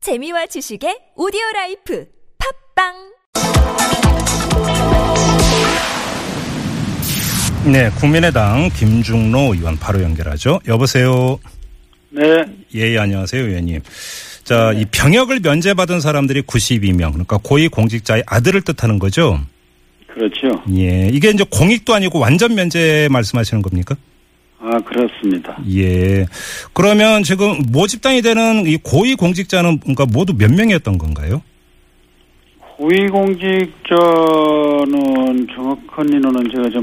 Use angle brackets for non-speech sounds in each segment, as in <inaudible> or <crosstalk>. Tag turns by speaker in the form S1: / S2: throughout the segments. S1: 재미와 지식의 오디오 라이프 팝빵
S2: 네, 국민의당 김중로 의원 바로 연결하죠. 여보세요.
S3: 네,
S2: 예, 안녕하세요, 의원님. 자, 이 병역을 면제받은 사람들이 92명, 그러니까 고위 공직자의 아들을 뜻하는 거죠.
S3: 그렇죠.
S2: 예, 이게 이제 공익도 아니고 완전 면제 말씀하시는 겁니까?
S3: 아, 그렇습니다.
S2: 예. 그러면 지금 모집당이 되는 이 고위 공직자는 그러니까 모두 몇 명이었던 건가요?
S3: 고위공직자는 정확한 인원은 제가 좀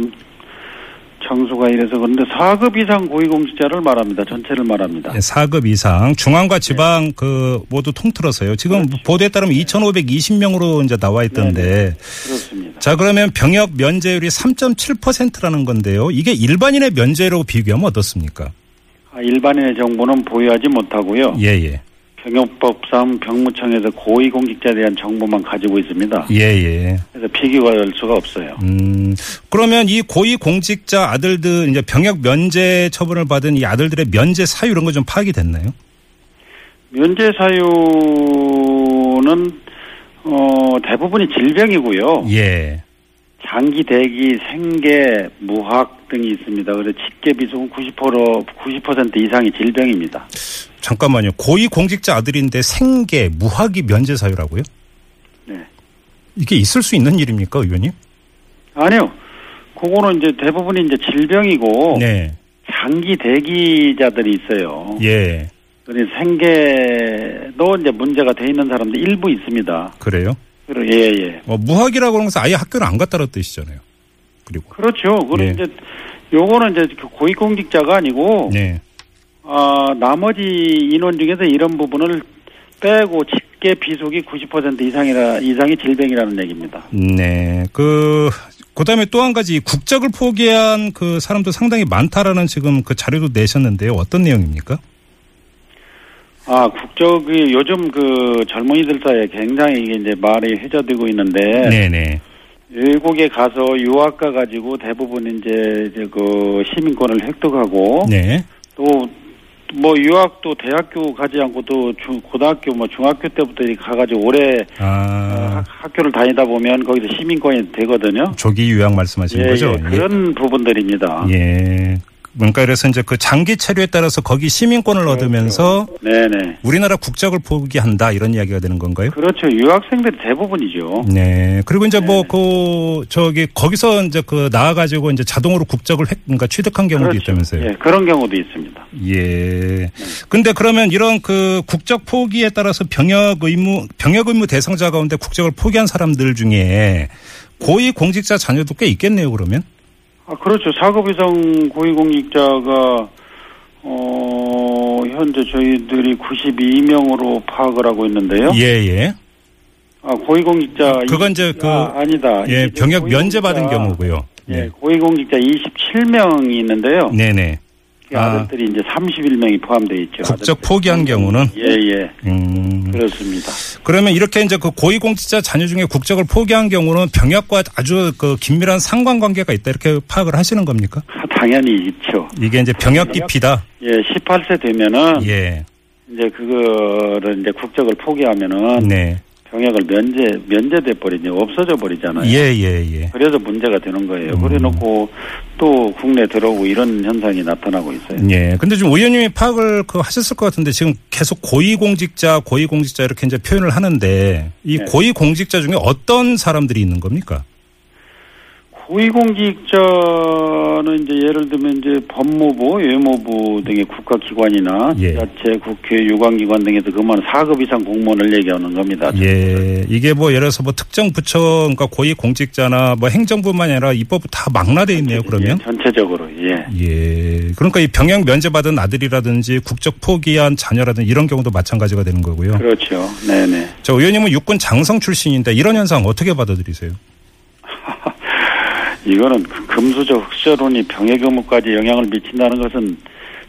S3: 장소가 이래서 그런데 4급 이상 고위공직자를 말합니다. 전체를 말합니다.
S2: 네, 4급 이상, 중앙과 지방 그 모두 통틀어서요. 지금 보도에 따르면 2,520명으로 이제 나와 있던데
S3: 그렇습니다.
S2: 자 그러면 병역 면제율이 3.7%라는 건데요. 이게 일반인의 면제로 비교하면 어떻습니까?
S3: 아, 일반인의 정보는 보유하지 못하고요.
S2: 예예
S3: 병역법상 병무청에서 고위공직자에 대한 정보만 가지고 있습니다.
S2: 예예.
S3: 그래서 비교가 될 수가 없어요.
S2: 음 그러면 이 고위 공직자 아들들 이제 병역 면제 처분을 받은 이 아들들의 면제 사유 이런 거 좀 파악이 됐나요?
S3: 면제 사유는 어, 대부분이 질병이고요.
S2: 예.
S3: 장기 대기, 생계, 무학 등이 있습니다. 그래서 직계 비중은 90% 90% 이상이 질병입니다.
S2: 잠깐만요. 고위 공직자 아들인데 생계 무학이 면제 사유라고요?
S3: 네.
S2: 이게 있을 수 있는 일입니까, 의원님?
S3: 아니요. 그거는 이제 대부분이 이제 질병이고
S2: 네.
S3: 장기 대기자들이 있어요.
S2: 예.
S3: 그래서 생계도 이제 문제가 돼 있는 사람도 일부 있습니다.
S2: 그래요.
S3: 그리고 예, 예.
S2: 어, 무학이라고 하는 것은 아예 학교를 안 갔다는 뜻이잖아요. 그리고
S3: 그렇죠. 그리고
S2: 예.
S3: 이제 요거는 이제 그 고위공직자가 아니고
S2: 네.
S3: 아, 나머지 인원 중에서 이런 부분을 빼고 직계 비속이 90% 이상이라 이상이 질병이라는 얘기입니다.
S2: 네. 그, 그 다음에 또 한 가지 국적을 포기한 그 사람도 상당히 많다라는 지금 그 자료도 내셨는데요. 어떤 내용입니까?
S3: 아, 국적이 요즘 그 젊은이들 사이에 굉장히 이게 이제 말이 해저되고 있는데
S2: 네네.
S3: 외국에 가서 유학 가 가지고 대부분 이제 이제 그 시민권을 획득하고
S2: 네.
S3: 또 뭐 유학도 대학교 가지 않고 또 중, 고등학교 뭐 중학교 때부터 이렇게 가가지고 오래
S2: 아,
S3: 학- 학교를 다니다 보면 거기서 시민권이 되거든요.
S2: 조기 유학 말씀하시는 거죠?
S3: 예, 그런 부분들입니다.
S2: 예. 예. 그러니까 그래서 이제 그 장기 체류에 따라서 거기 시민권을
S3: 그렇죠.
S2: 얻으면서
S3: 네네.
S2: 우리나라 국적을 포기한다 이런 이야기가 되는 건가요?
S3: 그렇죠. 유학생들이 대부분이죠.
S2: 네. 그리고 이제 뭐 그 저기 거기서 이제 그 나와가지고 이제 자동으로 국적을 획, 그러니까 취득한 경우도 있다면서요?
S3: 예, 그런 경우도 있습니다.
S2: 예. 근데 그러면 이런 그 국적 포기에 따라서 병역 의무 병역 의무 대상자 가운데 국적을 포기한 사람들 중에 고위 공직자 자녀도 꽤 있겠네요, 그러면.
S3: 아, 그렇죠. 사급 이상 고위공직자가 어, 현재 저희들이 92명으로 파악을 하고 있는데요.
S2: 예, 예.
S3: 아, 고위공직자
S2: 그건 이제
S3: 이-
S2: 그-
S3: 아, 아니다.
S2: 예,
S3: 이제
S2: 병역
S3: 고위공직자-
S2: 면제 받은 경우고요.
S3: 예,
S2: 네.
S3: 고위공직자 27명이 있는데요.
S2: 네, 네.
S3: 그
S2: 아.
S3: 아들들이 이제 31명이 포함되어 있죠.
S2: 국적 포기한 경우는
S3: 아들- 예, 예.
S2: 음.
S3: 그렇습니다.
S2: 그러면 이렇게 이제 그 고위 공직자 자녀 중에 국적을 포기한 경우는 병역과 아주 그 긴밀한 상관관계가 있다 이렇게 파악을 하시는 겁니까?
S3: 아, 당연히 있죠.
S2: 이게 이제 병역 기피다.
S3: 예, 18세 되면은
S2: 예.
S3: 이제 그거를 이제 국적을 포기하면은
S2: 네.
S3: 병역을 면제 면제돼 버리죠 없어져 버리잖아요.
S2: 예, 음. 예, 예.
S3: 그래서 문제가 되는 거예요. 그래놓고 또 국내 들어오고 이런 현상이 나타나고 있어요.
S2: 예. 근데 지금 의원님이 파악을 그 하셨을 것 같은데 지금 계속 고위공직자, 고위공직자 이렇게 이제 표현을 하는데 이
S3: 네.
S2: 고위공직자 중에 어떤 사람들이 있는 겁니까?
S3: 고위공직자는 이제 예를 들면 이제 법무부, 외무부 등의 국가기관이나
S2: 예.
S3: 지자체, 국회, 유관기관 등에서 그만 4급 이상 공무원을 얘기하는 겁니다.
S2: 예. 이게 뭐 예를 들어서 뭐 특정 부처, 그러니까 고위공직자나 뭐 행정부만 아니라 입법부 다 망라돼 있네요, 그러면.
S3: 예, 전체적으로 예.
S2: 예. 그러니까 이 병역 면제받은 아들이라든지 국적 포기한 자녀라든지 이런 경우도 마찬가지가 되는 거고요.
S3: 그렇죠. 네네.
S2: 저 의원님은 육군 장성 출신인데 이런 현상 어떻게 받아들이세요?
S3: 이거는 그 금수저 흑수저론이 병역 의무까지 영향을 미친다는 것은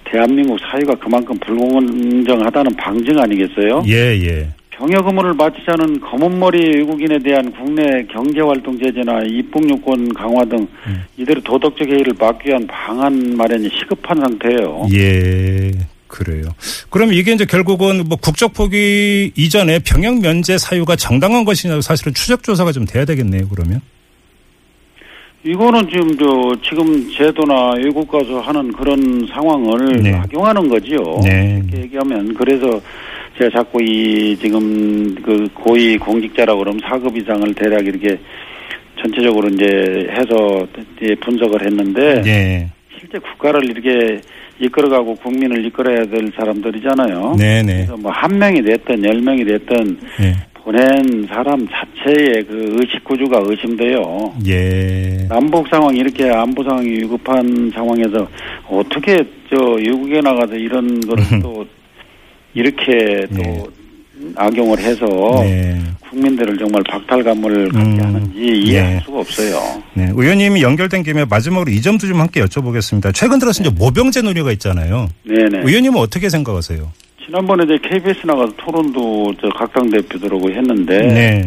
S3: 대한민국 사회가 그만큼 불공정하다는 방증 아니겠어요?
S2: 예, 예.
S3: 병역 의무를 마치지 않은 검은머리 외국인에 대한 국내 경제활동 제재나 입국요건 강화 등
S2: 예.
S3: 어? 이들의 도덕적 해이를 막기 위한 방안 마련이 시급한 상태예요.
S2: 예. 그래요. 그럼 이게 이제 결국은 뭐 국적 포기 이전에 병역 면제 사유가 정당한 것이냐 사실은 추적 조사가 좀 돼야 되겠네요. 그러면 예.
S3: 이거는 지금 저 지금 제도나 외국 가서 하는 그런 상황을
S2: 네.
S3: 악용하는 거지요.
S2: 네.
S3: 어, 이렇게 얘기하면 그래서 제가 자꾸 이 지금 그 고위 공직자라고 그러면 4급 이상을 대략 이렇게 전체적으로 이제 해서 이제 분석을 했는데
S2: 예.
S3: 실제 국가를 이렇게 이끌어가고 국민을 이끌어야 될 사람들이잖아요.
S2: 네, 네.
S3: 그래서 뭐 한 명이 됐든 열 명이 됐든
S2: 예.
S3: 보낸 사람 자체의 그 의식 구조가 의심돼요.
S2: 예.
S3: 남북 상황 이렇게 안보 상황이 위급한 상황에서 어떻게 저 외국에 나가서 이런 거를 또 이렇게
S2: 음.
S3: 또
S2: 네.
S3: 악용을 해서
S2: 네.
S3: 국민들을 정말 박탈감을 갖게
S2: 음,
S3: 하는지 이해할
S2: 네.
S3: 수가 없어요.
S2: 네, 의원님이 연결된 김에 마지막으로 이 점도 좀 함께 여쭤보겠습니다. 최근 들어서 이제 모병제 논의가 있잖아요.
S3: 네네.
S2: 의원님은 어떻게 생각하세요?
S3: 지난번에 이제 KBS 나가서 토론도 저 각당 대표들하고 했는데
S2: 네.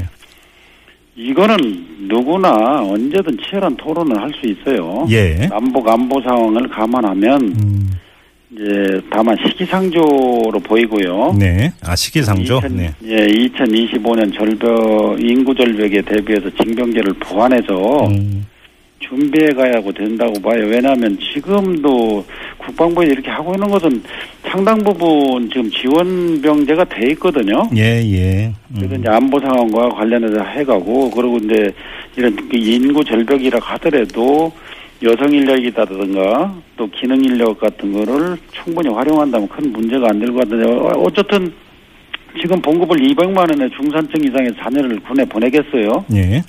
S3: 이거는 누구나 언제든 치열한 토론을 할 수 있어요. 아.
S2: 예.
S3: 남북 안보 상황을 감안하면
S2: 음,
S3: 이제 다만 시기상조로 보이고요.
S2: 네. 아, 시기상조?
S3: 2000,
S2: 네.
S3: 예, 2025년 절벽 인구 절벽에 대비해서 징병제를 보완해서
S2: 음,
S3: 준비해 가야 하고 된다고 봐요. 왜냐하면 지금도 국방부에 이렇게 하고 있는 것은 상당 부분 지금 지원병제가 돼 있거든요.
S2: 예, 예. 음,
S3: 그래서 이제 안보 상황과 관련해서 해가고 그리고 이제 이런 그 인구 절벽이라 하더라도 여성 인력이라든가 또 기능 인력 같은 거를 충분히 활용한다면 큰 문제가 안 될 것 같은데 어- 어쨌든 지금 봉급을 200만 원의 중산층 이상의 자녀를 군에 보내겠어요.
S2: 예.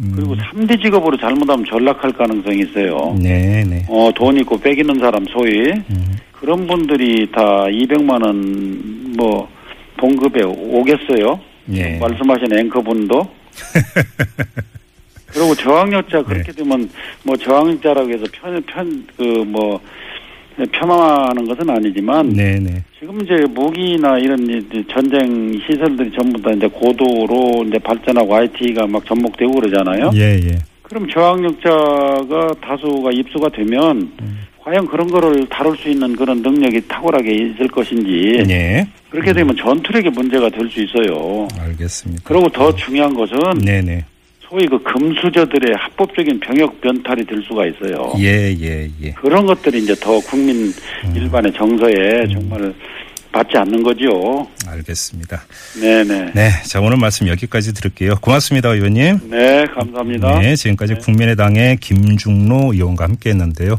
S2: 음,
S3: 그리고 3대 직업으로 잘못하면 전락할 가능성이 있어요.
S2: 네, 네.
S3: 어, 돈 있고 빼기는 사람 소위
S2: 음,
S3: 그런 분들이 다 200만 원 뭐 봉급에 오겠어요.
S2: 예.
S3: 말씀하신
S2: <laughs>
S3: 앵커분도. 그리고 저항력자
S2: 네.
S3: 그렇게 되면 뭐 저항력자라고 해서 편편그뭐 폄하하는 것은 아니지만
S2: 네, 네.
S3: 지금 이제 무기나 이런 이제 전쟁 시설들이 전부 다 이제 고도로 이제 발전하고 IT가 막 접목되고 그러잖아요.
S2: 예, 예.
S3: 그럼 저항력자가 다수가 입수가 되면 과연 그런 거를 다룰 수 있는 그런 능력이 탁월하게 있을 것인지
S2: 예.
S3: 그렇게 되면 전투력의 문제가 될 수 있어요.
S2: 알겠습니다.
S3: 그리고 더 중요한 것은
S2: 네, 네.
S3: 소위 그 금수저들의 합법적인 병역 변탈이 될 수가 있어요.
S2: 예, 예, 예.
S3: 그런 것들이 이제 더 국민 일반의 정서에 정말 받지 않는 거지요.
S2: 알겠습니다.
S3: 네네. 네,
S2: 네. 자, 오늘 말씀 여기까지 들을게요. 고맙습니다, 의원님.
S3: 네, 감사합니다. 네.
S2: 네, 지금까지 국민의당의 김중로 의원과 함께 했는데요.